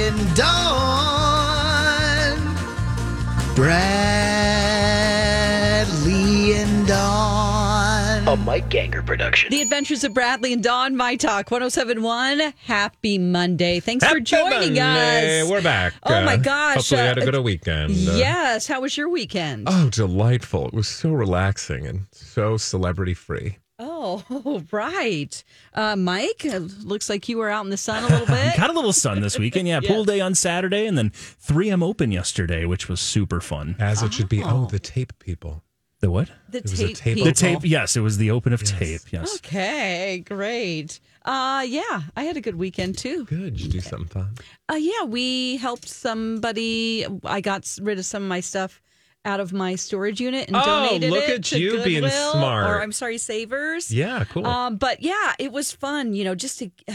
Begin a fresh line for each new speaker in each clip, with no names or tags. and Dawn. Bradley and Dawn.
A Mike Ganger production.
The Adventures of Bradley and Dawn, My Talk 1071. Happy Monday. Thanks for
Happy
joining
Monday.
us.
We're back.
Oh my
Uh,
gosh.
Hopefully,
Uh,
you had a good weekend. Uh,
Yes. How was your weekend?
Oh, delightful. It was so relaxing and so celebrity free.
oh, right. Uh, Mike, it looks like you were out in the sun a little bit.
Got a little sun this weekend. Yeah, pool day on Saturday and then 3M open yesterday, which was super fun.
As it should be. Oh, the tape people.
The what?
the
was a
tape.
tape-
people.
The tape. Yes, it was the open of tape. Yes.
Okay, great. Uh, yeah, I had a good weekend too.
Good. Did you do something fun?
Uh, yeah, we helped somebody. I got s- rid of some of my stuff out of my storage unit and
Oh,
donated
look
it
at
to
you being
Goodwill, Or
smart.
I'm sorry, Savers.
Yeah, cool.
Um, but yeah, it was fun. You know, just to uh,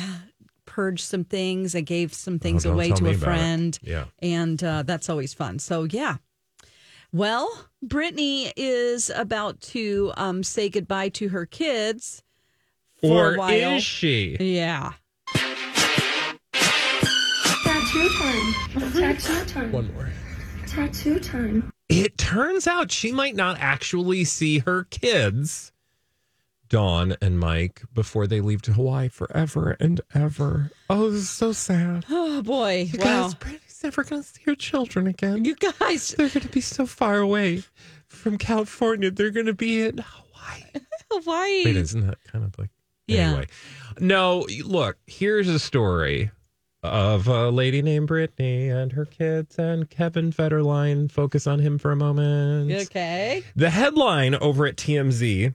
purge some things. I gave some things
Oh, don't
away
tell
to
me
a
about it.
friend.
Yeah.
and uh, that's always fun. So yeah. Well, Brittany is about to um, say goodbye to her kids for a
or
while.
is she?
yeah.
Tattoo time. Tattoo time.
One more.
Tattoo time.
It turns out she might not actually see her kids, Dawn and Mike, before they leave to Hawaii forever and ever. Oh, this is so sad.
Oh boy.
You
wow.
guys, Brandy's never going to see her children again.
You guys,
They're going to be so far away from California. They're going to be in Hawaii.
Hawaii.
Wait, isn't that kind of like.
Yeah.
Anyway. No, look, here's a story of a lady named Brittany and her kids and Kevin Federline. Focus on him for a moment.
Okay.
The headline over at TMZ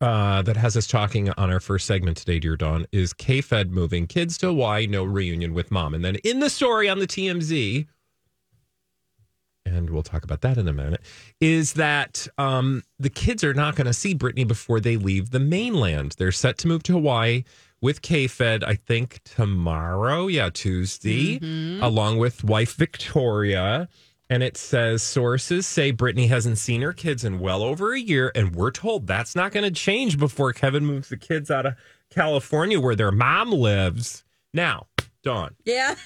uh, that has us talking on our first segment today, Dear Dawn, is K Fed moving kids to Hawaii, no reunion with mom. And then in the story on the TMZ, and we'll talk about that in a minute, is that um, the kids are not going to see Brittany before they leave the mainland. They're set to move to Hawaii with K Fed, I think tomorrow, yeah, Tuesday, along with wife Victoria. And it says sources say Brittany hasn't seen her kids in well over a year, and we're told that's not going to change before Kevin moves the kids out of California where their mom lives. Now, Dawn,
Yeah.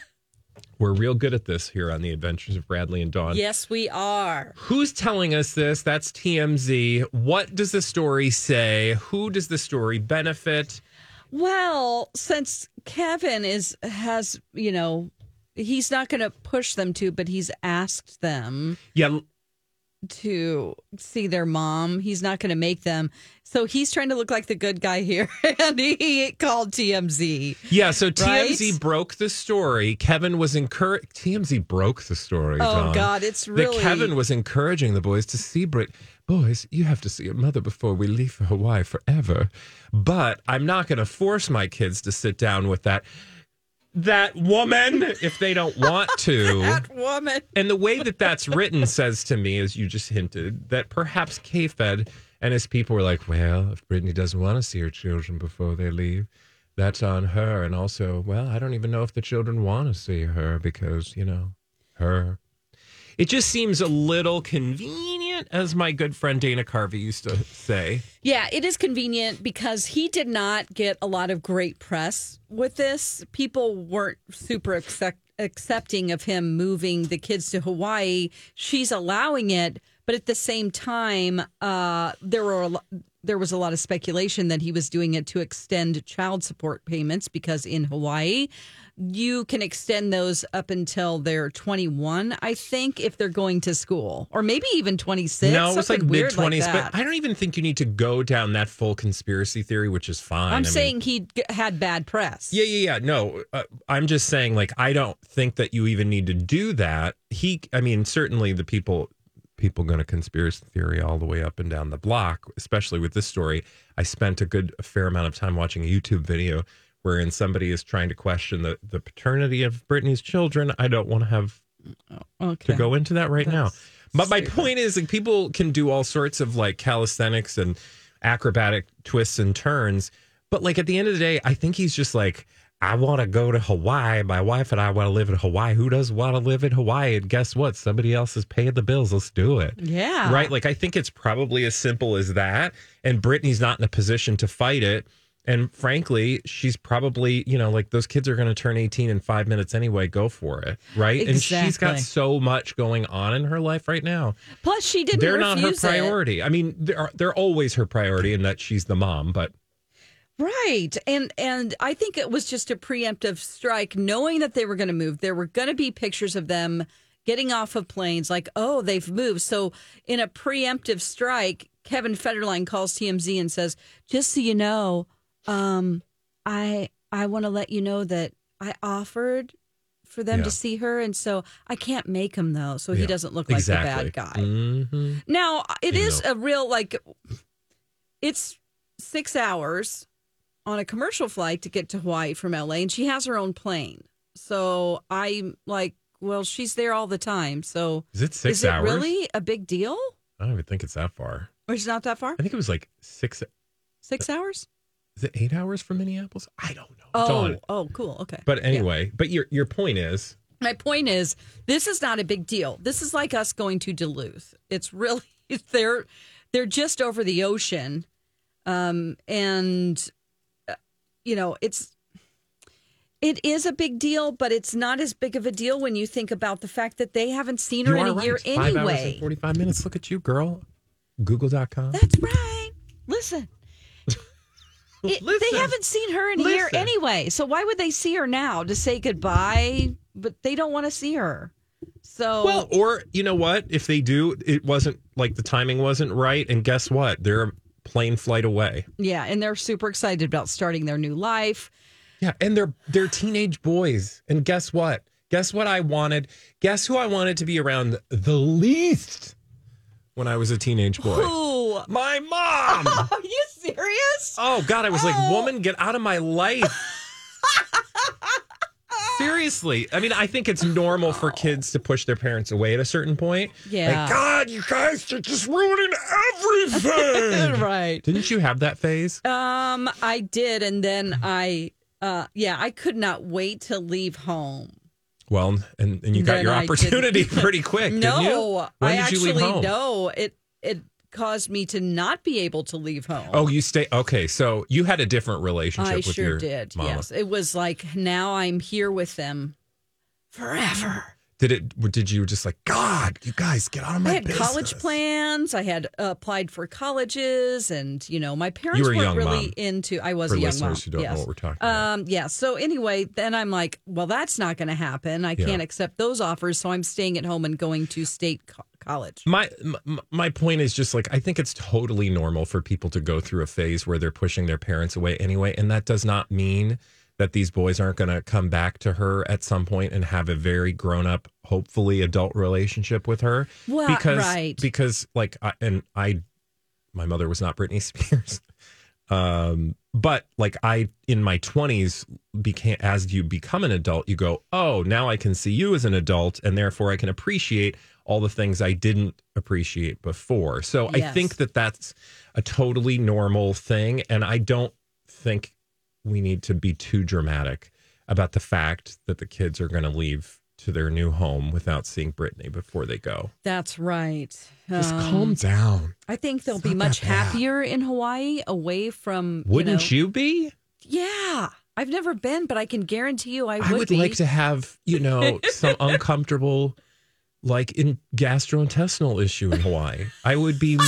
we're real good at this here on the Adventures of Bradley and Dawn.
Yes, we are.
Who's telling us this? That's TMZ. What does the story say? Who does the story benefit?
Well, since Kevin is has, you know, he's not going to push them to, but he's asked them
Yeah,
to see their mom. He's not going to make them. So he's trying to look like the good guy here, and he called TMZ.
Yeah, so TMZ
Right?
broke the story. Kevin was encouraged. TMZ broke the story.
Oh
Dawn.
God, it's really
That Kevin was encouraging the boys to see Brit. Boys, you have to see your mother before we leave for Hawaii forever. But I'm not going to force my kids to sit down with that that woman if they don't want to.
that woman.
And the way that that's written says to me, as you just hinted, that perhaps K Fed and his people were like, well, if Brittany doesn't want to see her children before they leave, that's on her. And also, well, I don't even know if the children want to see her because, you know, her. It just seems a little convenient, as my good friend Dana Carvey used to say.
Yeah, it is convenient because he did not get a lot of great press with this. People weren't super accept- accepting of him moving the kids to Hawaii. She's allowing it, but at the same time, uh, there were a lo- there was a lot of speculation that he was doing it to extend child support payments because in Hawaii, you can extend those up until they're 21, I think, if they're going to school, or maybe even 26.
no, it was like
something
mid
weird
20s,
that.
but I don't even think you need to go down that full conspiracy theory, which is fine. I
I'm
mean-
saying he g- had bad press.
Yeah, yeah, yeah. No, uh, I'm just saying, like, I don't think that you even need to do that. He, I mean, certainly the people, people going to conspiracy theory all the way up and down the block, especially with this story. I spent a good a fair amount of time watching a YouTube video wherein somebody is trying to question the, the paternity of Britney's children. I don't want to have
Okay.
to go into that right now.
That's
But my
stupid.
point is, like, people can do all sorts of like calisthenics and acrobatic twists and turns. But like at the end of the day, I think he's just like, I want to go to Hawaii. My wife and I want to live in Hawaii. Who does want to live in Hawaii? And guess what? Somebody else is paying the bills. Let's do it.
Yeah.
Right? Like, I think it's probably as simple as that. And Brittany's not in a position to fight it. And frankly, she's probably, you know, like those kids are going to turn 18 in five minutes anyway. Go for it. Right. And she's
Exactly.
got so much going on in her life right now.
Plus, she didn't.
They're not her
refuse it.
priority. I mean, they're, they're always her priority in that she's the mom, but
Right. And and I think it was just a preemptive strike knowing that they were going to move. There were going to be pictures of them getting off of planes like, "Oh, they've moved." So, in a preemptive strike, Kevin Federline calls TMZ and says, "Just so you know, um I I want to let you know that I offered for them
Yeah.
to see her and so I can't make him though, so he
Yeah.
doesn't look like
exactly.
the bad guy."
Mhm.
Now it
You
is
know.
a real like it's six hours on a commercial flight to get to Hawaii from LA, and she has her own plane. So I'm like, well, she's there all the time. So
Is it six
is it
hours?
really a big deal?
I don't even think it's that far.
Or is it not that far?
I think it was like six.
Six hours?
Is it eight hours from Minneapolis? I don't know.
Oh,
Dawn.
oh, cool. Okay.
But
Yeah.
anyway, but your your point is
My point is, this is not a big deal. This is like us going to Duluth. It's really they're they're just over the ocean, um, and uh, you know it's it is a big deal, but it's not as big of a deal when you think about the fact that they haven't seen her
you
in
are
a
right.
year
Five hours and
anyway.
forty five minutes. Look at you, girl. Google.com.
That's right. Listen. It-
Listen.
they haven't seen her in a year
Listen.
anyway, so why would they see her now to say goodbye? But they don't want to see her. So
Well, or you know what? If they do, it wasn't like the timing wasn't right, and guess what? They're a plane flight away.
Yeah, and they're super excited about starting their new life.
Yeah, and they're they're teenage boys. And guess what? Guess what I wanted? Guess who I wanted to be around the least when I was a teenage boy?
Ooh,
My mom.
are you serious?
oh God, I was like,
Oh.
woman, get out of my life. Seriously, I mean, I think it's normal for kids to push their parents away at a certain point.
Yeah.
Like, God, you guys are just ruining everything.
right.
Didn't you have that phase?
Um, I did, and then I, uh, yeah, I could not wait to leave home.
Well, and, and you got
Then
your
I didn't.
opportunity pretty quick. didn't you?
No,
When
I
did you
actually
leave home?
no. It it caused me to not be able to leave home.
Oh, you stay. Okay, so you had a different relationship
I
with
sure
your
did.
mama.
Yes, it was like now I'm here with them forever.
Did it? Did you just like God? You guys get out of my
I had
business."
college plans. I had uh, applied for colleges, and you know, my parents
You were a
weren't
young
really
mom.
into. I was
For
a young mom.
listeners who don't know
yes.
what we're talking about.
um, yeah. So anyway, then I'm like, well, that's not going to happen. I
Yeah.
can't accept those offers, so I'm staying at home and going to state co- college.
My m- my point is just like I think it's totally normal for people to go through a phase where they're pushing their parents away anyway, and that does not mean that these boys aren't going to come back to her at some point and have a very grown up, hopefully adult relationship with her.
Well,
because
right.
because like I, and I, my mother was not Britney Spears, um, but like I in my twenties became as you become an adult, you go, oh, now I can see you as an adult, and therefore I can appreciate all the things I didn't appreciate before. So I
Yes.
think that that's a totally normal thing, and I don't think we need to be too dramatic about the fact that the kids are going to leave to their new home without seeing Brittany before they go.
That's right.
Just
Um,
calm down.
I think they'll
It's
be
not
much
that bad.
happier in Hawaii away from.
Wouldn't
you? know-
you be?
Yeah. I've never been, but I can guarantee you I would,
I would
be.
like to have, you know, some uncomfortable, like in gastrointestinal issue in Hawaii. I would be,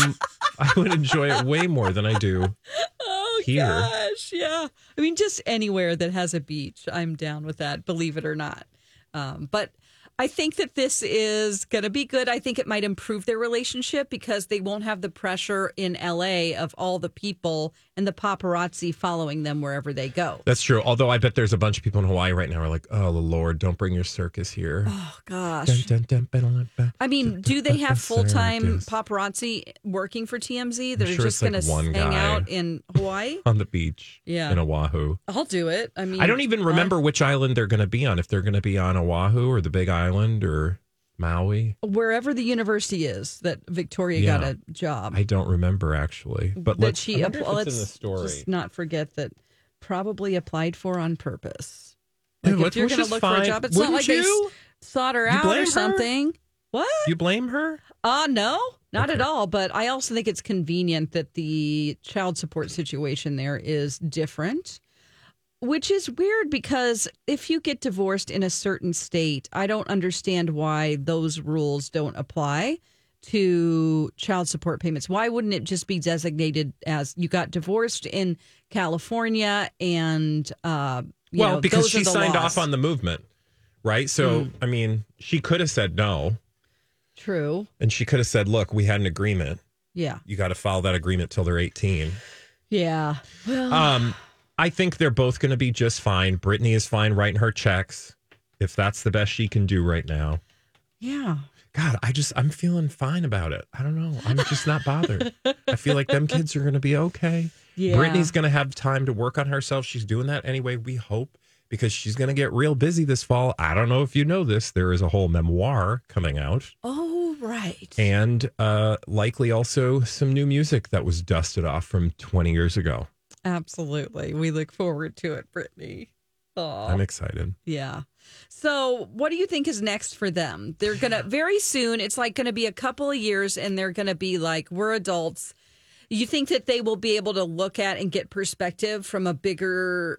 I would enjoy it way more than I do.
Oh
here.
gosh, yeah. I mean, just anywhere that has a beach, I'm down with that. Believe it or not, um, but I think that this is going to be good. I think it might improve their relationship because they won't have the pressure in LA of all the people and the paparazzi following them wherever they go.
That's true. Although I bet there's a bunch of people in Hawaii right now who are like, oh, the Lord, don't bring your circus here.
Oh gosh.
Dun, dun, dun, ba, dun, dun,
I mean,
dun,
do
dun,
they
dun,
have full time
circus
paparazzi working for TMZ that are
sure
just
it's like
going
one
to hang
guy.
out in Hawaii?
on the beach
Yeah.
in Oahu?
I'll do it. I mean,
I don't even
uh,
remember which island they're going to be on. If they're going to be on Oahu or the Big Island or Maui,
wherever the university is that Victoria
Yeah.
got a job.
I don't remember actually. But
that
let's
she
I wonder if
appl-
it's
let's
in the story.
just not forget that probably applied for on purpose.
Yeah,
Like
what-
if you're
which
going to
is
look for a
fine.
job, it's
Wouldn't
not like
you?
they s- sought her
You
out
blame
or
her?
something. What?
Do you blame her?
Uh, no, not at all. But I also think it's convenient that the child support situation there is different, which is weird because if you get divorced in a certain state, I don't understand why those rules don't apply to child support payments. Why wouldn't it just be designated as you got divorced in California and, uh, you
well,
know,
because
those are
she
the
signed
laws. Mm.
off on the movement, right? So, I mean, she could have said no,
True.
and she could have said, "Look, we had an agreement.
Yeah.
You got to follow that agreement till they're 18."
Yeah. Well,
Um, I think they're both going to be just fine. Brittany is fine writing her checks, if that's the best she can do right now.
yeah.
God, I just I'm feeling fine about it. I don't know. I'm just not bothered. I feel like them kids are going to be okay.
Yeah.
Brittany's going to have time to work on herself. She's doing that anyway, we hope, because she's going to get real busy this fall. I don't know if you know this, there is a whole memoir coming out
Oh, right.
and uh likely also some new music that was dusted off from 20 years ago.
Absolutely. We look forward to it, Brittany. Oh,
I'm excited.
yeah. So, what do you think is next for them? They're going to very soon, it's like going to be a couple of years, and they're going to be like, we're adults. You think that they will be able to look at and get perspective from a bigger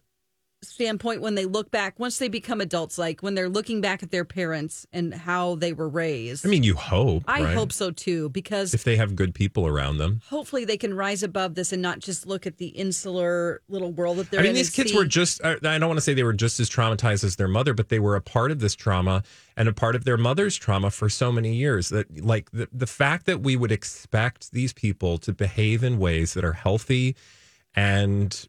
standpoint when they look back, once they become adults, like when they're looking back at their parents and how they were raised?
I mean, you hope,
I
right?
hope so too, because
if they have good people around them.
hopefully they can rise above this and not just look at the insular little world that they're
I
in
mean, these
and
kids
see-
were just, uh, I I don't want to say they were just as traumatized as their mother, but they were a part of this trauma and a part of their mother's trauma for so many years that, like, the, the fact that we would expect these people to behave in ways that are healthy and,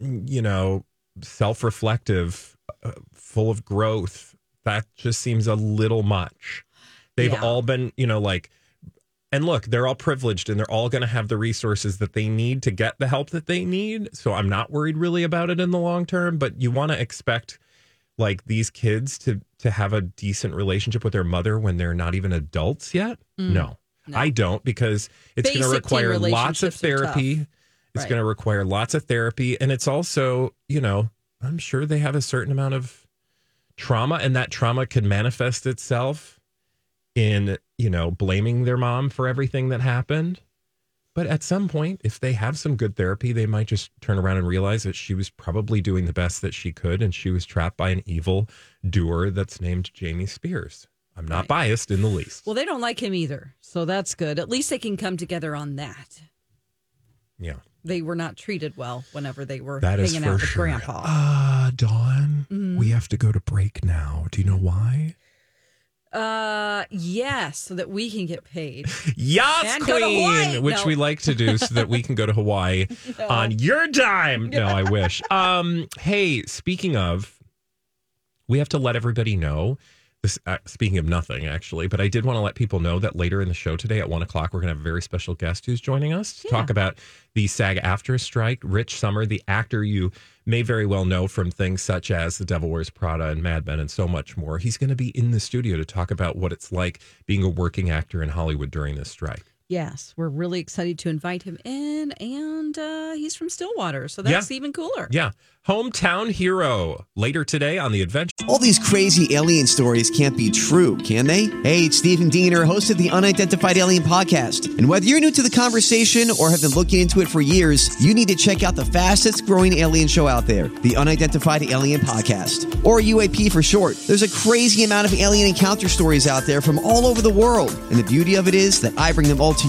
you know, self reflective, uh, full of growth, that just seems a little much. They've
Yeah.
all been, you know, like, and look, they're all privileged and they're all going to have the resources that they need to get the help that they need. So I'm not worried really about it in the long term, but you want to expect like these kids to to have a decent relationship with their mother when they're not even adults yet? No. I don't because it's going to
Mm. Basic teen
require lots of
relationships are tough.
therapy. It's
Right.
going to require lots of therapy and it's also, you know, I'm sure they have a certain amount of trauma and that trauma could manifest itself in you know blaming their mom for everything that happened but at some point if they have some good therapy they might just turn around and realize that she was probably doing the best that she could and she was trapped by an evil doer that's named jamie spears i'm not biased in the least
Well, they don't like him either, so that's good. At least they can come together on that.
yeah
They were not treated well whenever they were
that is
hanging out
for
with
sure
Grandpa. Mm-hmm.
uh dawn we have to go to break now do you know why
Uh, yes, so that we can get paid.
Yachts
And go to Hawaii.
Queen, which
No.
we like to do so that we can go to Hawaii on your dime. No, I wish. Um, hey, speaking of, we have to let everybody know. This, uh, speaking of nothing, actually, but I did want to let people know that later in the show today at one o'clock, we're going to have a very special guest who's joining us to talk about the SAG after strike. Rich Summer, the actor you may very well know from things such as The Devil Wears Prada and Mad Men and so much more. He's going to be in the studio to talk about what it's like being a working actor in Hollywood during this strike.
Yes, we're really excited to invite him in, and uh, he's from Stillwater, so that's
Yeah.
even cooler.
Yeah. Hometown Hero later today on the adventure.
All these crazy alien stories can't be true, can they? Hey, it's Stephen Diener, host of the Unidentified Alien Podcast. And whether you're new to the conversation or have been looking into it for years, you need to check out the fastest growing alien show out there, the Unidentified Alien Podcast, or UAP for short. There's a crazy amount of alien encounter stories out there from all over the world. And the beauty of it is that I bring them all to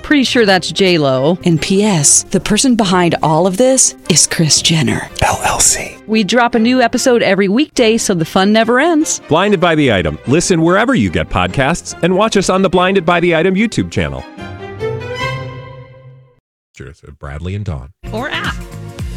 Pretty sure that's J Lo. And P.S. The person behind all of this is Chris Jenner LLC. We drop a new episode every weekday, so the fun never ends.
Blinded by the Item. Listen wherever you get podcasts and watch us on the Blinded by the Item YouTube channel. Bradley and Dawn.
Or app.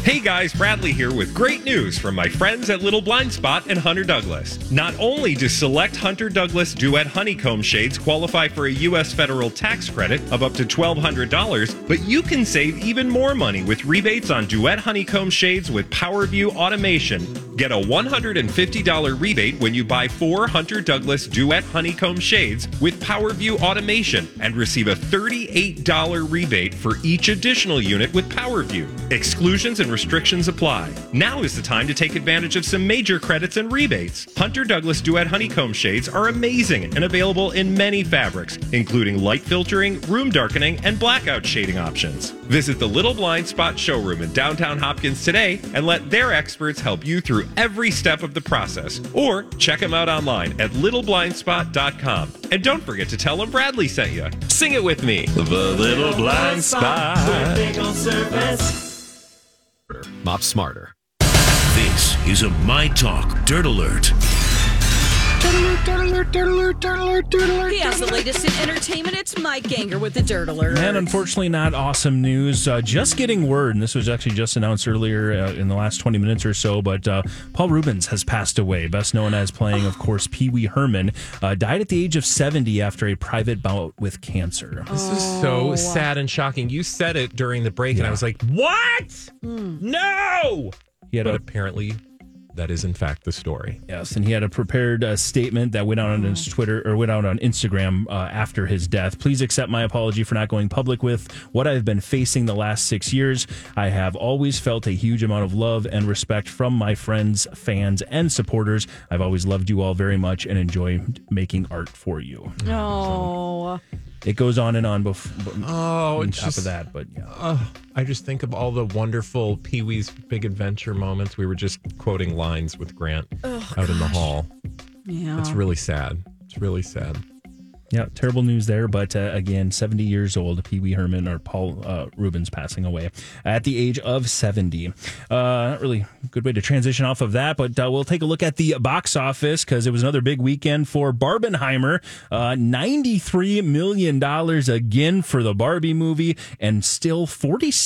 Hey guys, Bradley here with great news from my friends at Little Blind Spot and Hunter Douglas. Not only do select Hunter Douglas Duet Honeycomb Shades qualify for a U.S. federal tax credit of up to $1,200, but you can save even more money with rebates on Duet Honeycomb Shades with PowerView Automation. Get a $150 rebate when you buy four Hunter Douglas Duet Honeycomb Shades with PowerView Automation and receive a $38 rebate for each additional unit with PowerView. Exclusions and restrictions apply. Now is the time to take advantage of some major credits and rebates. Hunter Douglas Duet Honeycomb Shades are amazing and available in many fabrics, including light filtering, room darkening, and blackout shading options. Visit the Little Blind Spot showroom in downtown Hopkins today and let their experts help you through every step of the process. Or check them out online at littleblindspot.com. And don't forget to tell them Bradley sent you. Sing it with me. The Little Blind Spot.
Mop smarter.
This is a My Talk Dirt Alert.
He has the latest in entertainment. It's Mike Ganger with the Dirt Alert.
And unfortunately, not awesome news. Uh, just getting word, and this was actually just announced earlier uh, in the last 20 minutes or so, but uh, Paul Rubens has passed away, best known as playing, of course, Pee Wee Herman. Uh, died at the age of 70 after a private bout with cancer.
This is so sad and shocking. You said it during the break, and I was like, what? Hmm. No!
He had
But
a
apparently, that is in fact the story.
Yes, and he had a prepared uh, statement that went out on his Twitter or went out on Instagram uh, after his death. Please accept my apology for not going public with what I've been facing the last six years. I have always felt a huge amount of love and respect from my friends, fans, and supporters. I've always loved you all very much and enjoy making art for you.
oh,
It goes on and on bef-
Oh,
on
it's
top
just,
of that, but yeah.
I just think of all the wonderful Pee Wee's Big Adventure moments. We were just quoting lines with Grant out in the hall.
Oh, yeah.
It's really sad. It's really sad.
Yeah, terrible news there. But uh, again, 70 years old, Pee Wee Herman or Paul uh, Rubens passing away at the age of 70. Uh, not really a good way to transition off of that, but uh, we'll take a look at the box office because it was another big weekend for Barbenheimer. Uh, $93 million again for the Barbie movie and still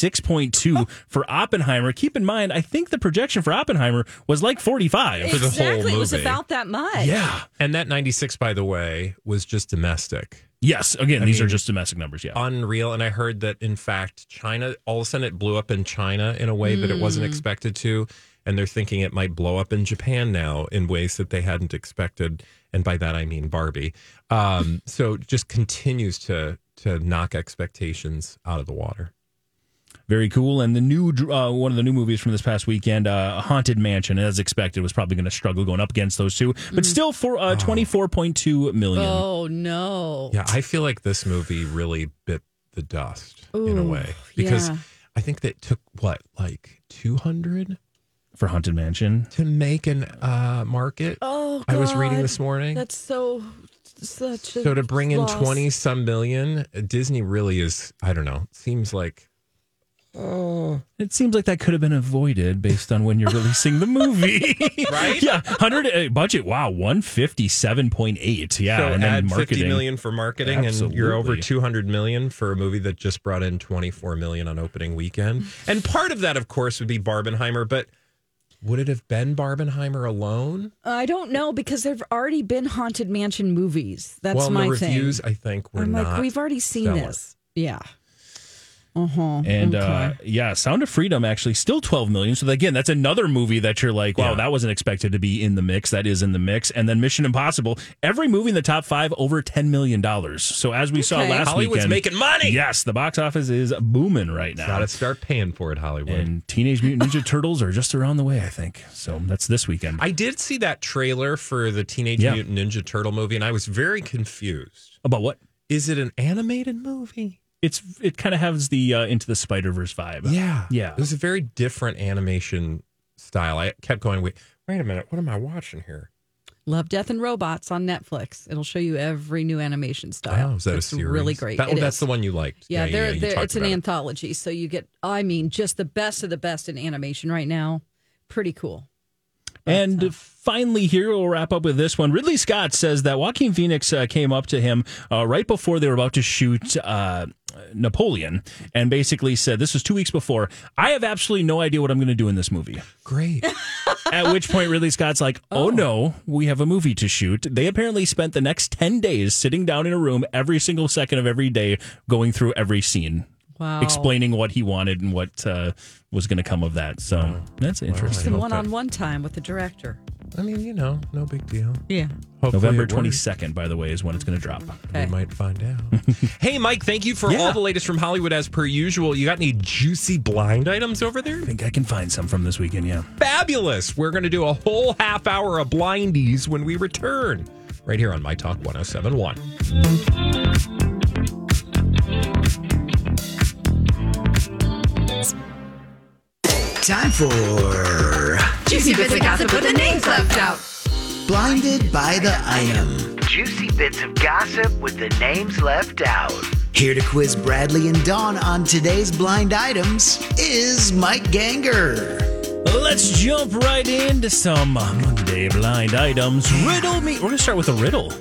46.2 for Oppenheimer. Keep in mind, I think the projection for Oppenheimer was like 45.
for the whole
exactly. It was
movie.
about that much.
Yeah.
And that 96, by the way, was just domestic.
Yes. Again, these are
mean-
just domestic numbers. Yeah.
Unreal. And I heard that, in fact, China, all of a sudden it blew up in China in a way that it
Hmm.
wasn't expected to. And they're thinking it might blow up in Japan now in ways that they hadn't expected. And by that, I mean Barbie. Um, so it just continues to, to knock expectations out of the water.
Very cool. And the new uh, one of the new movies from this past weekend, uh, Haunted Mansion, as expected, was probably going to struggle going up against those two, but still for
Oh.
uh, twenty four point two million.
Oh no.
Yeah, I feel like this movie really bit the dust in a
Ooh,
way because
yeah.
I think that took what like 200
for Haunted Mansion.
to make an uh market.
Oh,
I was reading
God.
this morning.
That's so such. A
so to bring in
loss.
20 some million, Disney really is I don't know, seems like
It seems like that could have been avoided based on when you're releasing the movie,
Right?
Yeah, hundred uh, budget. Wow, one fifty seven point eight. Yeah,
so
and then
add
marketing.
fifty million for marketing, and you're over
Absolutely.
two hundred million for a movie that just brought in twenty four million on opening weekend. And part of that, of course, would be Barbenheimer, but would it have been Barbenheimer alone?
I don't know because there've already been haunted mansion movies. That's
well, and
my
the
thing.
reviews, I think, were
I'm
not.
like, we've already seen
stellar.
this. Yeah. Uh huh.
And uh, yeah, Sound of Freedom actually still 12 million. So again, that's another movie that you're like, wow,
Yeah.
that wasn't expected to be in the mix. That is in the mix. And then Mission Impossible, every movie in the top five over 10 million dollars. So as we saw
Okay.
last
Hollywood's
weekend,
making money.
Yes, the box office is booming right now.
Gotta start paying for it, Hollywood.
and Teenage Mutant Ninja Turtles are just around the way, I think. So that's this weekend.
I did see that trailer for the Teenage
Yeah.
Mutant Ninja Turtle movie, and I was very confused.
About what?
Is it an animated movie?
It's it kind of has the uh, Into the Spider Verse vibe.
Yeah.
Yeah.
It was a very different animation style. I kept going, wait, wait a minute, what am I watching here?
Love, Death, and Robots on Netflix. It'll show you every new animation style.
Oh, is that
it's
a series?
Really great.
That, oh,
It
that's
is.
the one you liked.
Yeah, they're,
you
they're,
talked
it's an
about it.
anthology, so you get. I mean, just the best of the best in animation right now. Pretty cool.
And finally, here we'll wrap up with this one. Ridley Scott says that Joaquin Phoenix uh, came up to him uh, right before they were about to shoot uh, Napoleon and basically said, This was two weeks before, I have absolutely no idea what I'm going to do in this movie.
Great.
At which point, Ridley Scott's like, oh. no, we have a movie to shoot. They apparently spent the next 10 days sitting down in a room every single second of every day, going through every scene.
Wow.
Explaining what he wanted and what uh, was going to come of that. So that's interesting.
Some one-on-one time with the director.
I mean, you know, no big deal.
Yeah.
Hopefully
November
it works.
22nd, by the way, is when it's going to drop.
Okay.
We might find out. hey, Mike, thank you for
Yeah.
all the latest from Hollywood as per usual. You got any juicy blind items over there?
think I can find some from this weekend, yeah.
Fabulous. We're going to do a whole half hour of blindies when we return right here on My Talk 1071.
Time for
Juicy bits of gossip with the names left out.
Blinded by the Item.
Juicy bits of gossip with the names left out.
Here to quiz Bradley and Dawn on today's blind items is Mike Ganger.
Let's jump right into some Monday blind items. Riddle me. We're going to start with a riddle.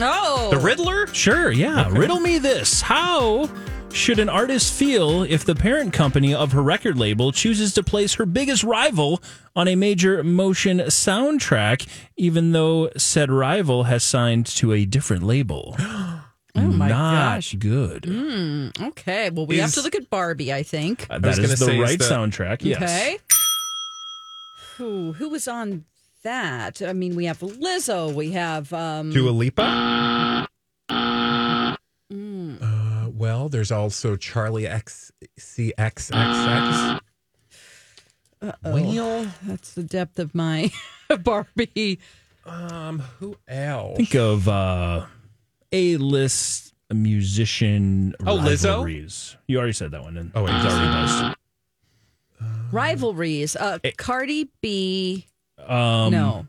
Oh.
The Riddler?
Sure, yeah. Riddle me this. How should an artist feel if the parent company of her record label chooses to place her biggest rival on a major motion soundtrack, even though said rival has signed to a different label?
oh my
Not
gosh.
good.
Okay. Well, we have
Is-
to look at Barbie. I think.
Uh,
I was
That
gonna
is the
say, is
right
the-
soundtrack. Yes.
Okay. Who who was on that? I mean, we have Lizzo. We have um
Dua Lipa?
Mm.
Uh, well, there's also Charlie XCXXX. Well,
oh, that's the depth of my Barbie.
um, who else?
Think of uh, a list musician.
Oh, Lizzo?
rivalries. You already said that one. And
Oh, wait,
it's already buzzed.
Rivalries. Uh Cardi B.
Eh. Um,
no.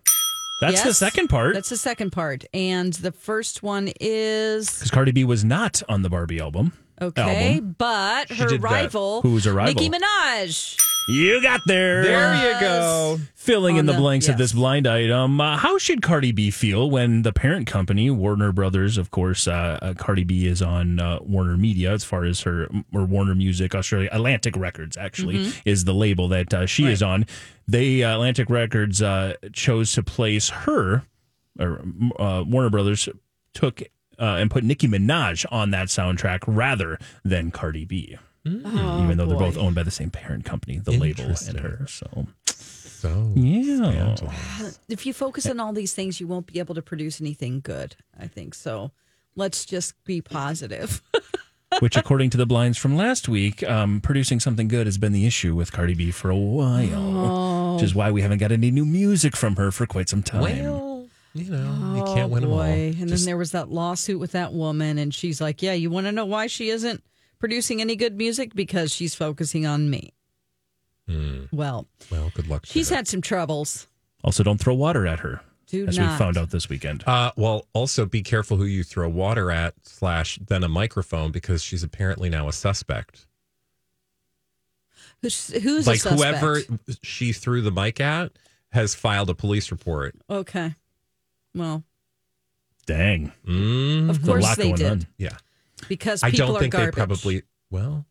that's the
Yes?
second part.
That's the second part. And the first one is
Because Cardi B was not on the Barbie album.
okay,
Album.
but her
did that.
rival
Who was a rival?
Nicki Minaj.
You got there.
There you go.
Filling in
On
the
the-
blanks of
yes.
this blind item. Uh, how should Cardi B feel when the parent company, Warner Brothers, of course, uh, uh, Cardi B is on uh, Warner Media as far as her, or Warner Music Australia, Atlantic Records actually is the label that uh, she is on. They, uh, Atlantic Records, uh, chose to place her, or uh, Warner Brothers took uh, and put Nicki Minaj on that soundtrack rather than Cardi B even though they're both owned by the same parent company, the label and
Interesting.
her. So
So,
yeah,
Scandal.
If you focus on all these things, you won't be able to produce anything good. I think so. Let's just be positive.
which according to the blinds from last week, um, producing something good has been the issue with Cardi B for a while,
Oh.
which is why we haven't got any new music from her for quite some time.
Well, you know, you
Oh,
can't win
boy.
them all.
And then there was that lawsuit with that woman, and she's like, "Yeah, you want to know why she isn't producing any good music because she's focusing on me."
Hmm.
Well,
Well, good luck. to
she's
you.
had some troubles.
also, don't throw water at her,
Do
as
not.
we found out this weekend.
Uh, well, also be careful who you throw water at slash then a microphone because she's apparently now a suspect.
Who's, who's
like
a suspect?
whoever she threw the mic at has filed a police report.
Okay. Well,
Dang.
Mm,
of
There's a
course
lot
they
going
did
on.
yeah,
because
I
people
don't
are
think
garbage.
they probably. Well,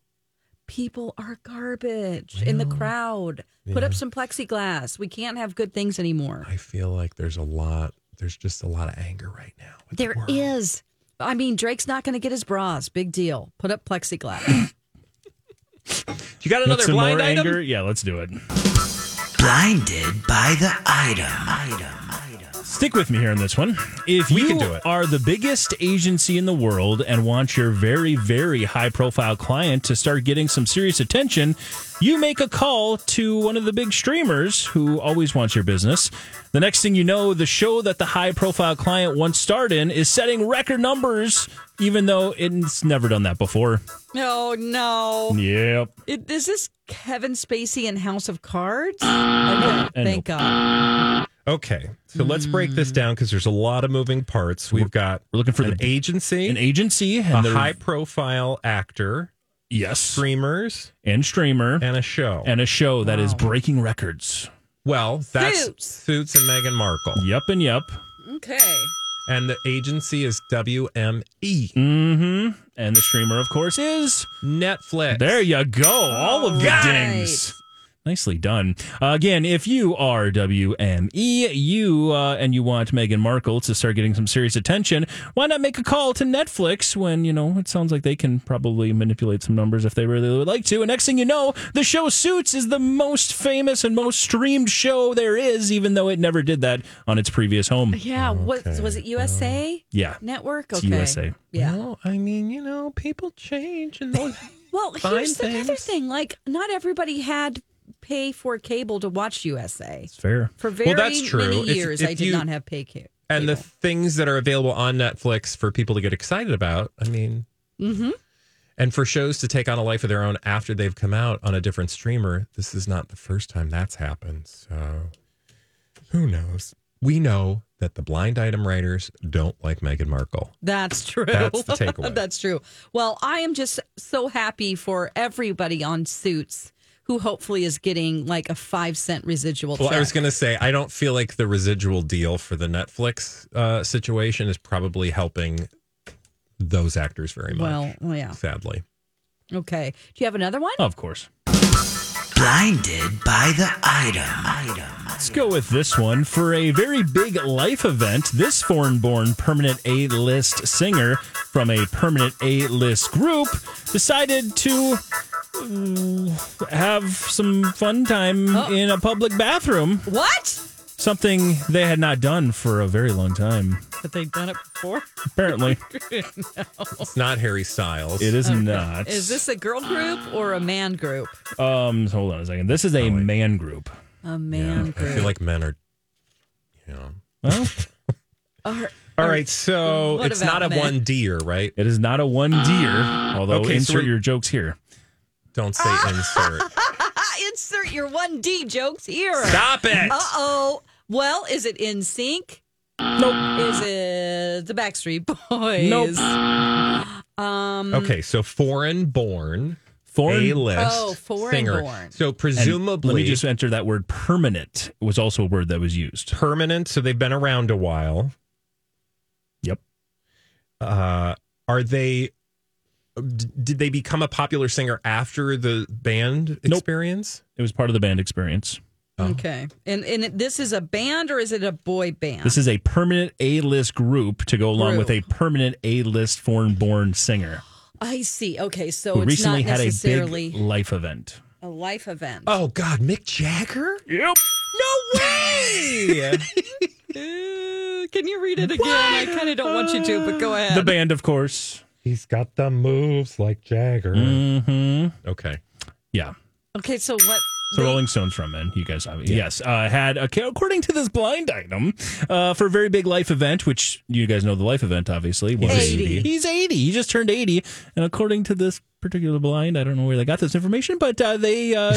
people are garbage in the crowd. Put up some plexiglass. We can't have good things anymore.
I feel like there's a lot. There's just a lot of anger right now. with the
There
world.
is. I mean, Drake's not going to get his bras. Big deal. Put up plexiglass.
You got
Want
another
some
blind
more
item?
anger? Yeah, let's do it.
Blinded by the item. item.
Stick with me here on this one. If
We
you
can do it.
are the biggest agency in the world and want your very, very high profile client to start getting some serious attention, you make a call to one of the big streamers who always wants your business. The next thing you know, the show that the high profile client once starred in is setting record numbers, even though it's never done that before.
no, no.
Yep.
It, is this Kevin Spacey in House of Cards? Okay, thank God.
Okay, so let's break this
Hmm.
down because there's a lot of moving parts. We've got
We're looking for
an
the-
agency,
An agency and
a
their-
high profile actor,
yes,
streamers,
and streamer
and a show.
and a show that is breaking records.
well, that's
Suits.
Suits, and Meghan Markle.
Yep and yep.
Okay.
And the agency is E, WME.
Mm-hmm. And the streamer, of course, is
Netflix.
there. You go. All of the
Right.
dings. Nicely done. Uh, again, if you are WME, you uh, and you want Meghan Markle to start getting some serious attention, why not make a call to Netflix? When you know it sounds like they can probably manipulate some numbers if they really would like to. And next thing you know, the show Suits is the most famous and most streamed show there is, even though it never did that on its previous home.
Yeah. What was
uh,
it? USA
Yeah,
Network.
It's
Okay.
USA.
Yeah.
Well, I mean, you know, people change and those.
Well,
Find
here's the other
things.
thing. Like, not everybody had pay for cable to watch USA.
it's fair.
For very
Well, that's true.
many
If-
years,
if
I did
you-
not have pay ca- cable.
and the things that are available on Netflix for people to get excited about. I mean,
Mhm.
and for shows to take on a life of their own after they've come out on a different streamer. This is not the first time that's happened. So who knows? We know that the blind item writers don't like Meghan Markle.
That's true.
That's the takeaway.
That's true. Well, I am just so happy for everybody on Suits who hopefully is getting like a five cent residual.
Well,
check.
I was going to say, I don't feel like the residual deal for the Netflix uh, situation is probably helping those actors very much.
Well, well, yeah.
sadly.
Okay. Do you have another one?
Of course.
Blinded by the item.
Let's go with this one. For a very big life event, this foreign born permanent A list singer from a permanent A list group decided to uh, have some fun time
Oh.
in a public bathroom,
What?
something they had not done for a very long time,
But they've done it before.
apparently.
It's not Harry Styles.
It is not.
Oh, Is this a girl group or a man group?
Um, hold on a second. This is
Oh,
a man group.
A
Yeah.
man
I
group.
feel like men are, you know.
Well,
Or-
All right, so
What
it's not a
about men?
one deer, right?
it is not a one deer, although
Okay, so
insert
we-
your jokes here.
Don't say
Ah!
insert.
Insert your one D jokes here.
Stop it.
Uh oh. Well, is it in sync?
Nope.
Is it the Backstreet Boys?
Nope.
Um.
Okay, so foreign born,
Foreign
A list
Oh, foreign
singer.
born.
So
And
presumably
let me just enter that word permanent was also a word that was used.
permanent. So they've been around a while.
Yep.
Uh, are they? d- Did they become a popular singer after the band
Nope.
experience?
It was part of the band experience.
Okay. And and it- this is a band or is it a boy band?
This is a permanent A list group to go along with a
Group.
permanent A list foreign born singer
I see. Okay, so
who
Oh, it's
recently
not
had a
necessarily
big life event.
a, life event.
Oh God, Mick Jagger.
Yep.
No way.
Uh, can you read it again? I kind of don't want you to, but go ahead.
The band, of course.
He's got the moves like Jagger.
hmm
Okay.
Yeah.
okay, so what?
The Rolling Stones from in you guys have yes uh, had okay, according to this blind item uh, for a very big life event which you guys know the life event obviously was
He's 80.
he's 80 he just turned 80 and according to this particular blind I don't know where they got this information but uh, they uh,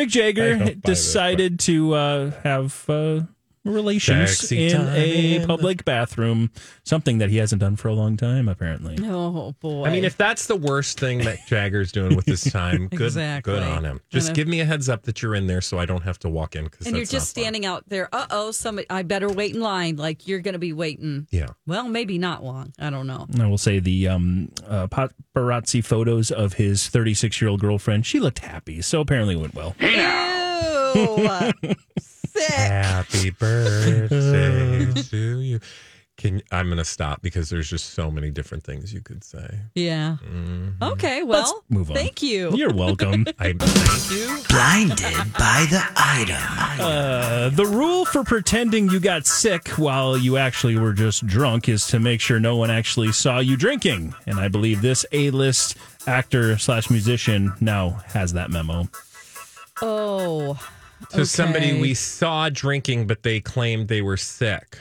I don't
Jagger
buy this,
decided to uh, have uh, relations
Sexy
in
time
a
in the-
public bathroom, something that he hasn't done for a long time, apparently.
Oh boy.
I mean, if that's the worst thing that Jagger's doing with his time, good,
Exactly.
good on him.
I
Just
know.
give me a heads up that you're in there, so I don't have to walk in. Because
and you're just standing out there. Uh oh, somebody. I better wait in line. Like you're going to be waiting.
Yeah.
Well, maybe not long. I don't know.
I will say the um, uh, paparazzi photos of his 36 year old girlfriend. She looked happy, so apparently it went well.
Ew. Sick.
Happy birthday to you. Can I'm going to stop because there's just so many different things you could say.
Yeah. Okay. Well,
Move on.
thank you.
You're welcome.
I
Blinded by the item.
Uh, the rule for pretending you got sick while you actually were just drunk is to make sure no one actually saw you drinking. And I believe this A-list actor slash musician now has that memo.
Oh.
to somebody
Okay.
we saw drinking, but they claimed they were sick.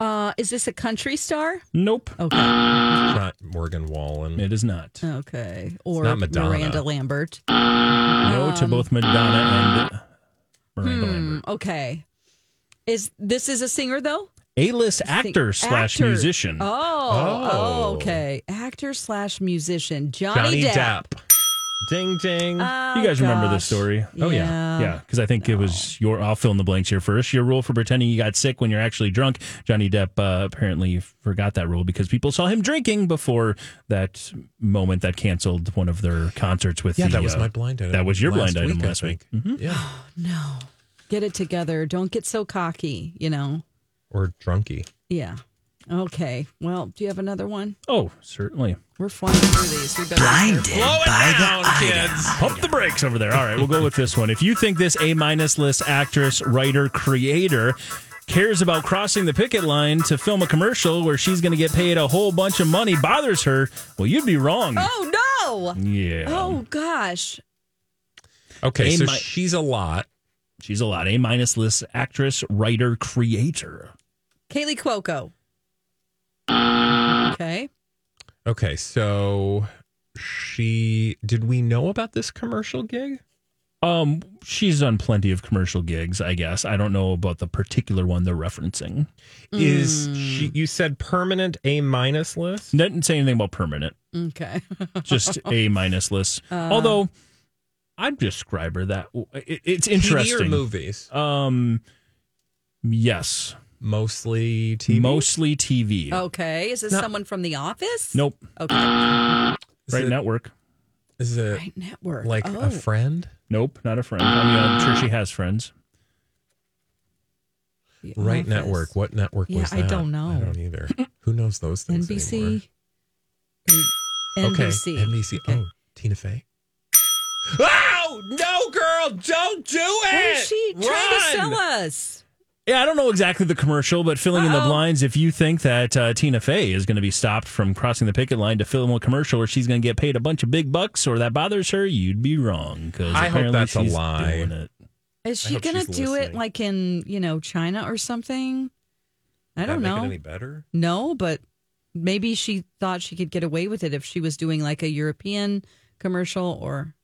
Uh, is this a country star?
Nope,
Okay.
Not Morgan Wallen.
it is not.
Okay. Or
not Madonna.
Miranda Lambert. Um,
no to both
uh,
Madonna and Miranda
hmm.
Lambert.
Okay. Is this is a singer though?
A-list actor slash
Actor.
musician.
Oh, oh.
Oh.
okay. Actor slash musician
Johnny
Johnny, Depp.
Depp. Ding ding.
you guys remember this
Oh, gosh.
story?
Oh, yeah.
yeah. Because I think it was your. I'll fill in the blanks here first. Your rule for pretending you got sick when you're actually drunk. Johnny Depp uh, apparently forgot that rule because people saw him drinking before that moment that canceled one of their concerts with.
yeah,
the,
that was
uh,
my blind item.
That was your
last
blind item
week, I
last week. Mm-hmm.
think. Yeah,
No. Get it together. Don't get so cocky, you know.
or drunky.
Yeah. Okay. Well, do you have another one?
Oh, certainly.
We're flying through these. We better
Blinded by the item.
Pump the brakes over there. All right, we'll go with this one. If you think this A minus list actress, writer, creator cares about crossing the picket line to film a commercial where she's going to get paid a whole bunch of money bothers her, well, you'd be wrong.
Oh no.
Yeah.
Oh gosh.
Okay,
Hey,
so
my-
she's a lot.
She's a lot. A minus list actress, writer, creator.
Kaylee Cuoco. Okay.
Okay, so she did we know about this commercial gig?
Um, she's done plenty of commercial gigs, I guess. I don't know about the particular one they're referencing.
Is she you said permanent A minus list?
Didn't say anything about permanent,
Okay.
just A minus list.
Uh.
Although I'd describe her that it, it's
TV or
interesting.
movies?
Um, yes,
Mostly TV.
mostly TV.
Oh.
okay. Is this someone from The Office?
Nope,
Okay.
Is
right
it-
network.
Is it
Right network.
like
oh.
a friend?
Nope, not a friend. I mean, I'm sure she has friends.
The
Right
Office.
network. What network
Yeah,
was
I
that?
don't know.
I don't either. Who knows those things? anymore?
NBC.
Okay.
NBC.
NBC.
Okay.
Oh, Tina Fey. Oh no, girl! Don't do it!
What is she trying to
Run!
sell us?
Yeah, I don't know exactly the commercial, but filling in the
Uh-oh.
blinds. If you think that uh, Tina Fey is going to be stopped from crossing the picket line to film a commercial where she's going to get paid a bunch of big bucks, or that bothers her, you'd be wrong. Because
I hope that's a lie.
Doing it.
Is she
hope
gonna
she's
do it
listening.
like in you know China or something? I don't
That
know.
Make it any better?
no, but maybe she thought she could get away with it if she was doing like a European commercial or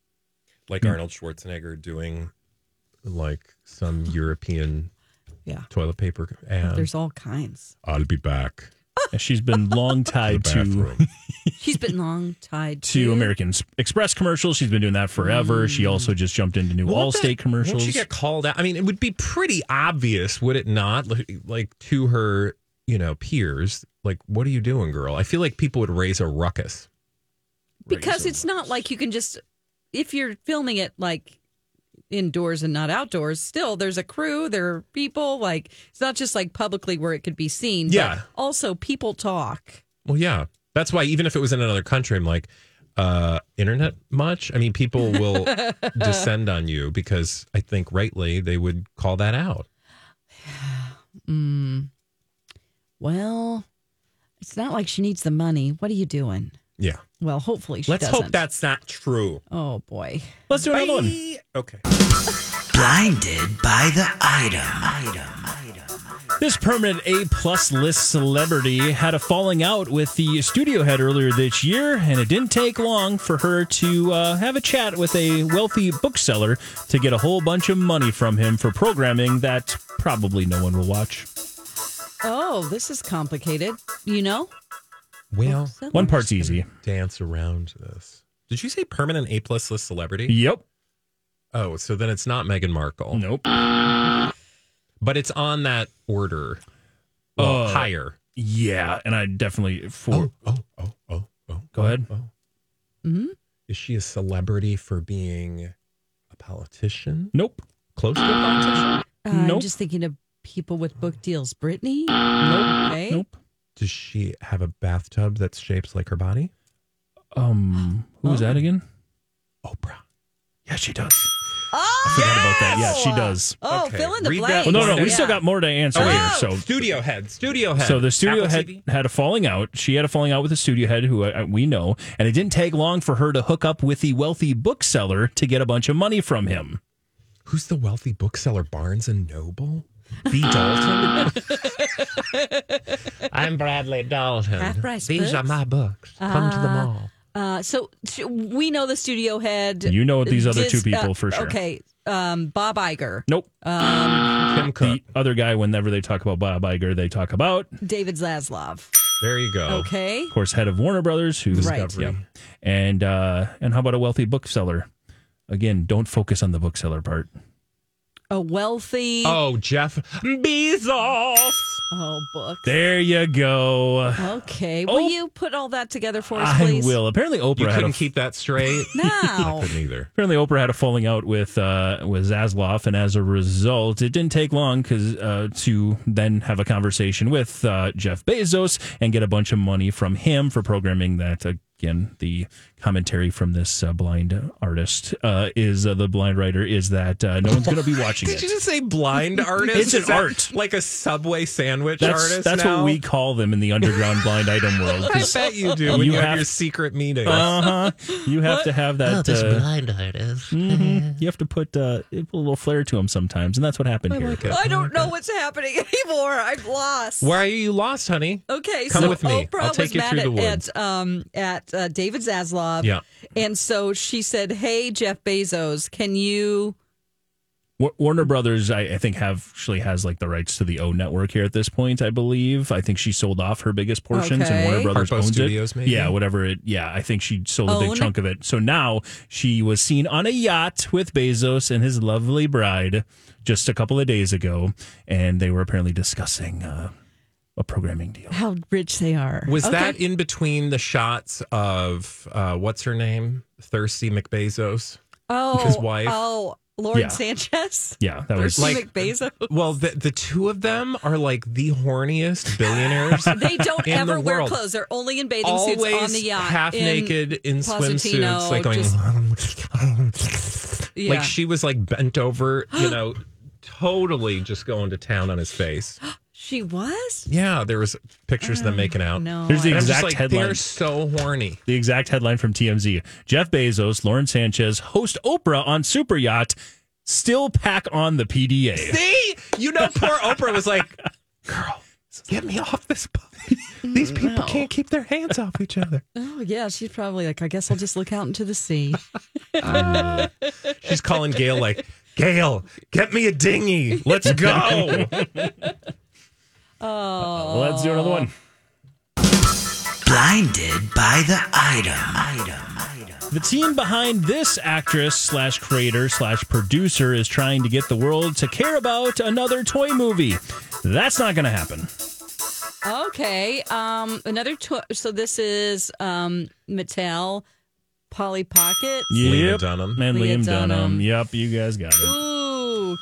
Like
Hmm.
Arnold Schwarzenegger doing like some European
yeah.
toilet paper ad.
There's all kinds.
I'll be back.
And She's been long
The
tied to
bathroom.
She's been long tied to,
Mm-hmm.
to American Express commercials. She's been doing that forever. She
Mm.
also just jumped into new
Won't that-
Allstate commercials.
Won't she get called out? I mean, it would be pretty obvious, would it not? Like- Like to her, you know, peers. Like, what are you doing, girl? I feel like people would raise a ruckus.
because it's not like you can just if you're filming it like indoors and not outdoors still there's a crew there are people like it's not just like publicly where it could be seen but
Yeah.
also people talk
Well, yeah. That's why even if it was in another country, I'm like, uh, internet much? I mean, people will descend on you because I think rightly they would call that out.
well it's not like she needs the money what are you doing
Yeah.
well hopefully she
Let's
doesn't
hope that's not true.
oh boy
Let's do another one.
Okay.
Blinded by the item. item.
This permanent A plus list celebrity had a falling out with the studio head earlier this year, and it didn't take long for her to uh, have a chat with a wealthy bookseller to get a whole bunch of money from him for programming that probably no one will watch.
Oh, this is complicated. You know?
Well,
One part's easy.
dance around this. Did you say permanent A plus list celebrity?
Yep.
Oh, so then it's not Meghan Markle,
Nope.
but it's on that order. Well,
Uh,
higher.
Yeah, and I definitely for
oh, oh, oh, oh.
Go ahead.
Oh.
hmm
Is she a celebrity for being a politician?
nope.
Close to a politician?
Uh, I'm
Nope.
just thinking of people with book deals. Brittany?
Nope.
Okay.
Nope.
Does she have a bathtub that's shaped like her body?
Um, who was that
oh.
again?
Oprah.
Yeah, she does.
Oh!
I forgot about that. Yeah, she does.
Oh,
Okay,
fill in the
read that
blank.
Well, no, no, we
Yeah. Oh,
still got more to answer here. So
Studio head. Studio head.
So the studio
Apple
had
TV?
had a falling out. She had a falling out with the studio head, who uh, we know, and it didn't take long for her to hook up with the wealthy bookseller to get a bunch of money from him.
Who's the wealthy bookseller? Barnes and Noble? B. Dalton. I'm Bradley Dalton.
Half price books?
books. Ah. Come to the mall.
Uh, so t- we know the studio head.
You know these other
Dis-
two people
uh,
for sure.
Okay. Uh, Um, Bob Iger,
Nope.
Tim Cook.
The other guy, whenever they talk about Bob Iger, they talk about, of
David Zaslav.
There you go.
Okay.
course, head of Warner Brothers, who
Right.
Yep. and uh, and how about a wealthy bookseller? Again, don't focus on the bookseller part.
A wealthy. Oh,
Oh, Jeff Bezos.
book.
There you go.
Okay. Will
Oh.
you put all that together for us,
I
please?
will. Apparently, Oprah
You
had a
couldn't keep that straight.
Now.
Couldn't either.
Apparently, Oprah had a falling out with uh, with Zasloff, and as a result, it didn't take long because uh, to then have a conversation with uh, Jeff Bezos and get a bunch of money from him for programming that. Again, the commentary from this uh, blind artist uh, is uh, the blind writer is that uh, no one's going to be watching
Did you
it.
just say blind artist?
It's an
Is that
art.
Like a Subway sandwich
That's
artist?
that's
now?
what we call them in the underground blind item world.
I bet you do when you,
You
have,
have-
your secret meeting.
Uh huh. You have to have that. uh, blind artist. you have to put uh, a little flair to them sometimes, and that's what happened here.
I don't know what's happening anymore. I'm lost.
Why are you lost, honey?
Okay,
Come
so
with me.
Oprah
I'll take
was
you
mad
through
at,
the woods.
at um at uh, David Zaslav.
Yeah.
And so she said, "Hey Jeff Bezos, can you
Wa- Warner Brothers, I, I think, have actually has like the rights to the O network here at this point. I believe. I think she sold off her biggest portions,
Okay.
and Warner Brothers
Harpo
owns
Studios,
it.
maybe?
Yeah, whatever it. Yeah, I think she sold a
Own?
big chunk of it. So now she was seen on a yacht with Bezos and his lovely bride just a couple of days ago, and they were apparently discussing uh, a programming deal.
how rich they are?"
Was
Okay.
that in between the shots of uh, what's her name? Thirsty McBezos?
oh
his wife?
Oh, Lauren
Yeah.
Sanchez.
Yeah, that was
Thirsty
Like-
McBezos.
Well, the, the two of them are like the horniest billionaires.
They don't
in
ever
the
wear
world.
clothes. They're only in bathing suits on
Always
the yacht.
half
in-
naked in
Positano,
swimsuits, like going.
Yeah.
Like she was like bent over, you know, totally just going to town on his face.
she was?
Yeah, there was pictures of them making out.
Oh, No.
There's the
And I'm just
exact
like,
headline.
They're so horny.
The exact headline from TMZ Jeff Bezos, Lauren Sanchez host Oprah on Super Yacht, still pack on the PDA.
See, you know, poor Oprah was like, "Girl, get me off this boat. These people can't keep their hands off each other."
oh yeah, she's probably like, I guess I'll just look out into the sea.
She's calling Gail like, "Gail, get me a dinghy. Let's go."
Well, Uh, let's do another one.
Blinded by the item. Item.
The team behind this actress slash creator slash producer is trying to get the world to care about another toy movie. That's not going to happen.
Okay. Um, another toy. So this is um Mattel, Polly Pocket.
Lena Dunham.
And
Leah
Liam Dunham.
Dunham.
Yep, you guys got it.
Ooh.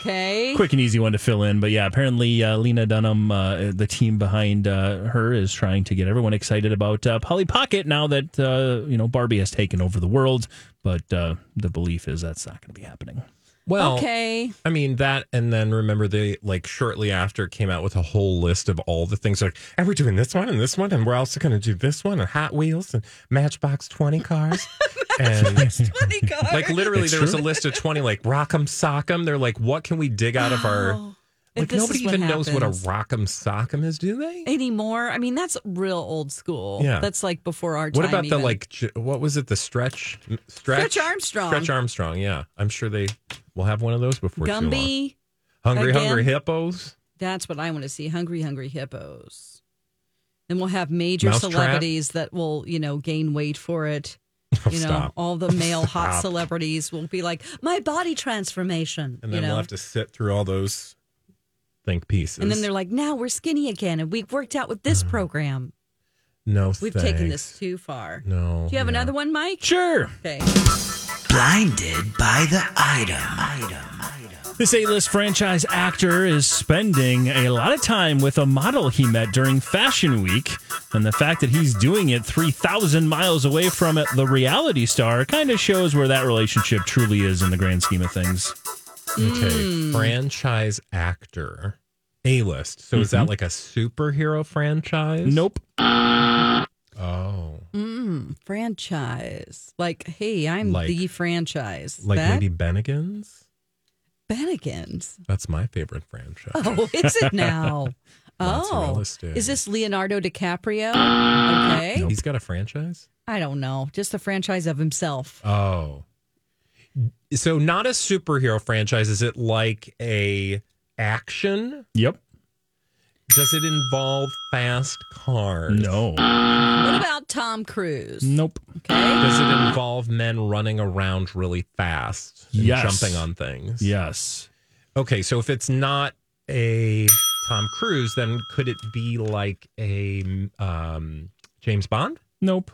Okay.
quick and easy one to fill in. But yeah, apparently uh, Lena Dunham, uh, the team behind uh, her, is trying to get everyone excited about uh, Polly Pocket now that uh, you know Barbie has taken over the world. But uh, the belief is that's not going to be happening.
Well,
Okay.
I mean that, and then remember they like shortly after came out with a whole list of all the things like, and we're doing this one and this one, and we're also going to do this one and Hot Wheels and Matchbox Twenty cars, and
Funny God.
like literally
It's
there was a
true.
list of twenty like Rock'em Sock'em. They're like, what can we dig out of our Like
Oh, This
nobody
is what
even knows what a
happens.
rock'em sock'em is, do they?
anymore. I mean, that's real old school.
Yeah.
That's like before our time.
What about the
even.
like? j- What was it? The stretch, m- stretch,
Stretch Armstrong.
stretch Armstrong. Yeah, I'm sure they will have one of those before too long.
Gumby?
Hungry,
again.
hungry hippos.
That's what I want to see. Hungry, hungry hippos. Then we'll have major
Mousetrap?
celebrities that will, you know, gain weight for it. You
Oh,
know,
Stop.
all the male hot
Stop.
celebrities will be like, my body transformation.
And
you
then
know,
we'll have to sit through all those think pieces.
and then they're like, now we're skinny again, and we've worked out with this program.
no,
We've
Mm. thanks.
taken this too far.
No.
Do you have another one, Mike?
Sure.
Okay.
Blinded by the item.
This A-list franchise actor is spending a lot of time with a model he met during Fashion Week, and the fact that he's doing it 3,000 miles away from it, the reality star, kind of shows where that relationship truly is in the grand scheme of things.
Okay,
Hmm.
franchise actor, A list. So is
Mm-hmm.
that like a superhero franchise?
Nope.
Oh,
Mm, franchise. Like, hey, I'm
Like-
the franchise.
like
that
Lady Bennigan's.
Bennigan's.
That's my favorite franchise.
Oh, is it now?
Mozzarella
oh,
sticks.
is this Leonardo DiCaprio? Okay,
He's got a franchise.
I don't know. Just the franchise of himself.
Oh. So not a superhero franchise. Is it like a action?
Yep.
Does it involve fast cars?
No.
What about Tom Cruise?
Nope.
Okay,
Does it involve men running around really fast and
Yes.
jumping on things?
Yes.
Okay, so if it's not a Tom Cruise, then could it be like a um, James Bond?
Nope.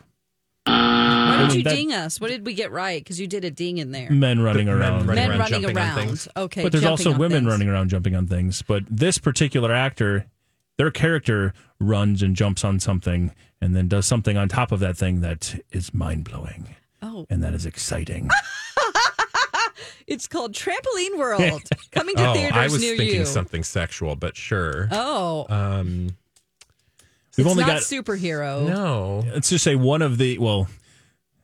why
I
did
mean,
you
that-
ding us? What did we get right? Because you did a ding in there.
Men running
Men
around.
running
Men
around,
running
jumping on
around.
things.
Okay,
but there's
jumping
also
on
women
things.
running around jumping on things. But this particular actor, their character runs and jumps on something and then does something on top of that thing that is mind blowing.
Oh,
And that is exciting.
Ah! it's called Trampoline World coming to
oh,
theaters
I was
near
thinking
you.
something sexual, but sure.
Oh,
Um,
Uh, We've
it's
only
not
got
superhero.
no.
let's just say one of the well,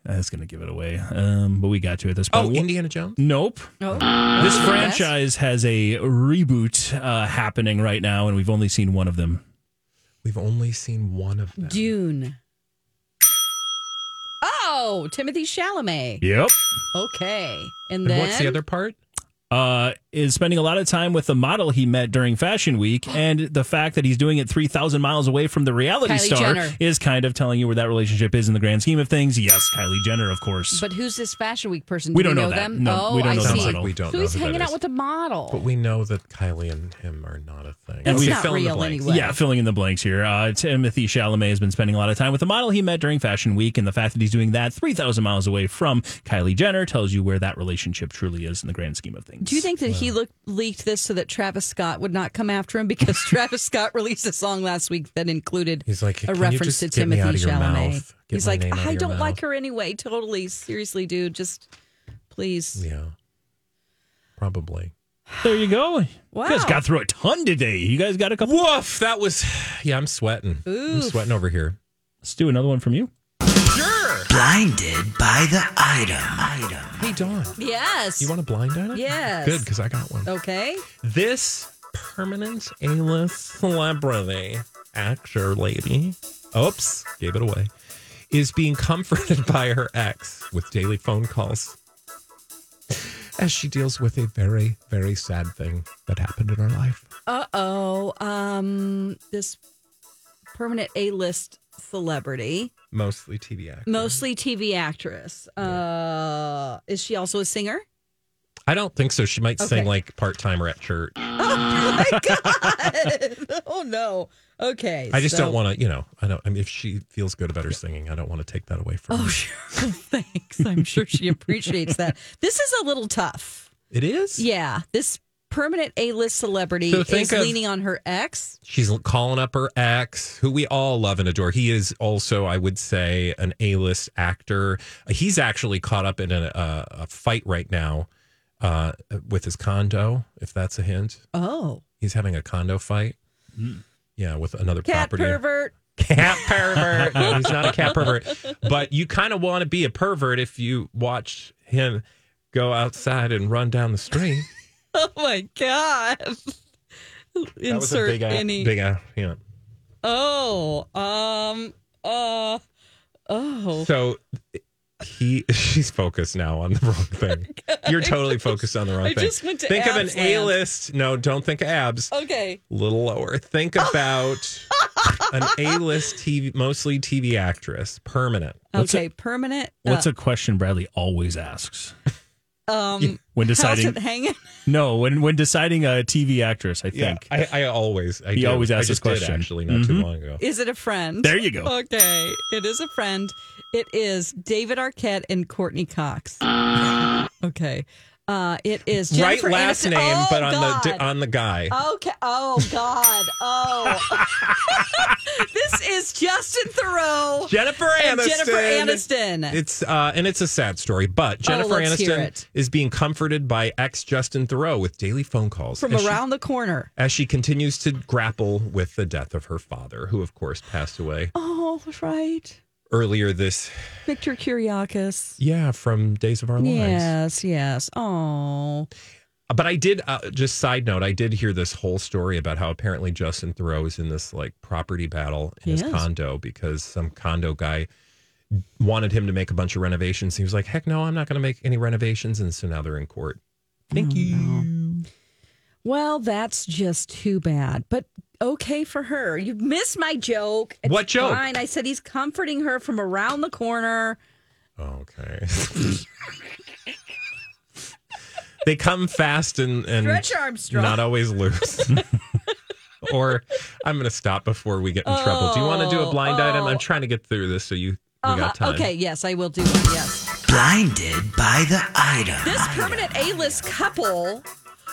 that's gonna give it away. Um, but we got to at this point.
Oh,
Wha-
Indiana Jones.
Nope.
Oh,
This
Yes.
franchise has a reboot uh, happening right now, and we've only seen one of them.
We've only seen one of them.
Dune. Oh, Timothy Chalamet.
Yep.
Okay, and
and
then
what's the other part?
uh, is spending a lot of time with the model he met during Fashion Week, and the fact that he's doing it 3,000 miles away from the reality
Kylie
star
Jenner.
is kind of telling you where that relationship is in the grand scheme of things. Yes, Kylie Jenner, of course.
But who's this Fashion Week person? Do
We don't know that.
them.
No,
oh,
we don't
I
know the
see.
Sounds
model.
like we don't
so
know
he's
who that
hanging out
is.
with a model.
But we know that Kylie and him are not a thing.
And
That's
we-
not
fill in the
real
blanks.
anyway.
Yeah, filling in the blanks here. Uh, Timothy Chalamet has been spending a lot of time with the model he met during Fashion Week, and the fact that he's doing that 3,000 miles away from Kylie Jenner tells you where that relationship truly is in the grand scheme of things.
Do you think that he looked, leaked this so that Travis Scott would not come after him because Travis Scott released a song last week that included
He's like,
a
"Can you
reference
just
to
get me
Timothy
out of your
Chalamet?
mouth? Get
He's
my
like,
name out of
I
your
don't
mouth."
like her anyway. Totally, seriously, dude, just please.
Yeah. Probably.
There you go.
Wow.
You guys got through a ton today. You guys got a couple.
Woof! That was. Yeah, I'm sweating. I'm
Oof.
sweating over here.
Let's do another one from you.
Sure.
Blinded by the item.
Hey, Dawn.
Yes.
You want a blind item?
Yes.
Good, because I got one.
okay.
This permanent A-list celebrity actor lady. Oops, gave it away. Is being comforted by her ex with daily phone calls as she deals with a very, very sad thing that happened in her life.
Uh oh. Um, this permanent A list celebrity,
Mostly TV actor.
mostly TV actress. Uh, is she also a singer?
I don't think so. She might sing
Okay.
like part timer at church.
Oh my god! oh no. Okay.
I just
so-
don't want to, you know, I don't, I mean, if she feels good about her singing, I don't want to take that away from
Oh
her.
sure. Thanks. I'm sure she appreciates that. This is a little tough.
It is?
Yeah. This permanent A-list celebrity
So
is
think of-
leaning on her ex.
She's calling up her ex, who we all love and adore. He is also, I would say, an A list actor. He's actually caught up in a, a, a fight right now uh, with his condo, if that's a hint.
Oh.
He's having a condo fight. Yeah, with another
Cat
property.
pervert.
cat pervert. No, he's not a cat pervert. But you kind of want to be a pervert if you watch him go outside and run down the street.
Oh my god. Oh, insert any.
Big uh, yeah.
Oh, um, uh, oh.
So he she's focused now on the wrong thing. You're totally focused on the wrong
I
thing.
just went to
think of an
abs land.
A list. No, don't think abs.
Okay.
A little lower. Think about an A list TV mostly TV actress, permanent.
Okay. Permanent.
What's a question Bradley always asks
uh, um?
when
How's
deciding?
it hanging?
No, when when deciding a TV actress, I
Yeah,
think.
I, I always I
He
do.
always
I
asks this
just did,
question.
actually not too
Mhm.
long ago.
Is it a friend?
There you go.
Okay. It is a friend. It is David Arquette and Courtney Cox. Okay. Uh, it is Jennifer
right last
Aniston.
name,
Oh,
but on the
God.
on the guy.
Okay. Oh God. Oh. this is Justin Thoreau.
Jennifer
And
Aniston.
Jennifer Aniston. Oh,
It's uh, and it's a sad story, but Jennifer
let's hear
Aniston
it.
is being comforted by ex Justin Thoreau with daily phone calls
from
as she-
around the corner.
as she continues to grapple with the death of her father, who of course passed away
Oh, right.
earlier this
Victor Kiriakis.
yeah from Days of Our Lives.
Yes, yes. Oh,
But I did uh, just side note. I did hear this whole story about how apparently Justin Thoreau is in this like property battle in
He
his
is.
condo because some condo guy wanted him to make a bunch of renovations. He was like, "Heck no, I'm not going to make any renovations," and so now they're in court.
Oh,
Thank you.
well, that's just too bad. But okay for her. You missed my joke. It's
What joke?
Fine. I said he's comforting her from around the corner.
Okay. they come fast and and
Stretch Armstrong.
not always loose. or I'm going to stop before we get in trouble. Do you want to do a blind item? I'm trying to get through this so you we got
Oh, Uh-huh.
time.
Okay, yes, I will do one. Yes.
Blinded by the item.
This permanent A list couple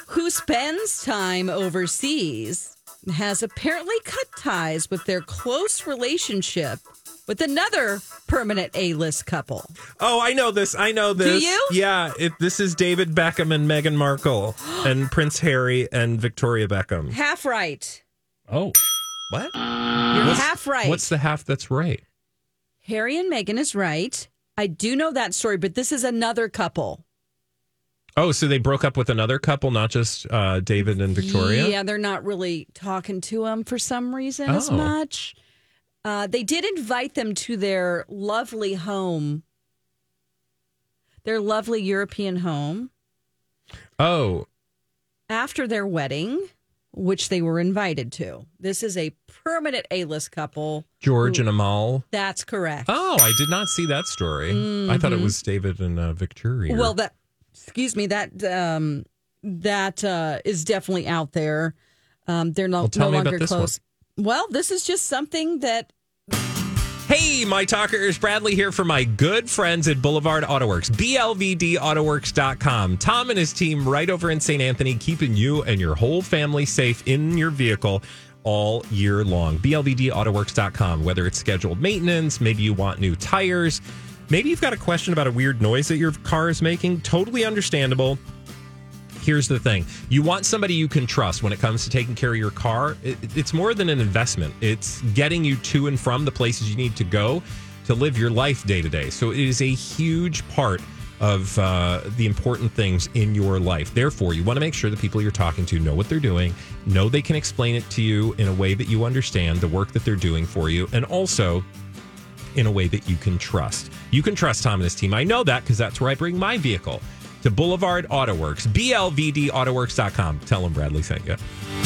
who spends time overseas has apparently cut ties with their close relationship with another permanent A list couple.
Oh, I know this. I know this.
you?
Yeah, it, this is David Beckham and Meghan Markle and Prince Harry and Victoria Beckham.
Half right.
oh,
What?
You're half right.
What's the half that's right?
Harry and Meghan is right. I do know that story, but this is another couple.
Oh, so they broke up with another couple, not just uh, David and Victoria?
Yeah, they're not really talking to him for some reason as
Oh.
much. Uh, they did invite them to their lovely home, their lovely European home
Oh,
after their wedding, which they were invited to. This is a permanent A list couple.
George and Amal.
That's correct.
Oh, I did not see that story. I thought it was David and uh, Victoria.
Mm-hmm. Well, that excuse me that um, that uh, is definitely out there. Um, they're no,
Well, tell
no
me about
longer
this one.
close. Well, this is just something that
Hey, my talkers, Bradley here for my good friends at Boulevard Autoworks, blvdautoworks.com. Tom and his team right over in St. Anthony, keeping you and your whole family safe in your vehicle all year long. blvdautoworks.com, whether it's scheduled maintenance, maybe you want new tires, maybe you've got a question about a weird noise that your car is making, totally understandable. Here's the thing. You want somebody you can trust when it comes to taking care of your car. It- It's more than an investment, it's getting you to and from the places you need to go to live your life day to day. So it is a huge part of uh, the important things in your life. Therefore, you want to make sure the people you're talking to know what they're doing, know they can explain it to you in a way that you understand the work that they're doing for you, and also in a way that you can trust. You can trust Tom and his team. I know that because that's where I bring my vehicle to Boulevard Autoworks, blvdautoworks.com. Tell them Bradley sent you.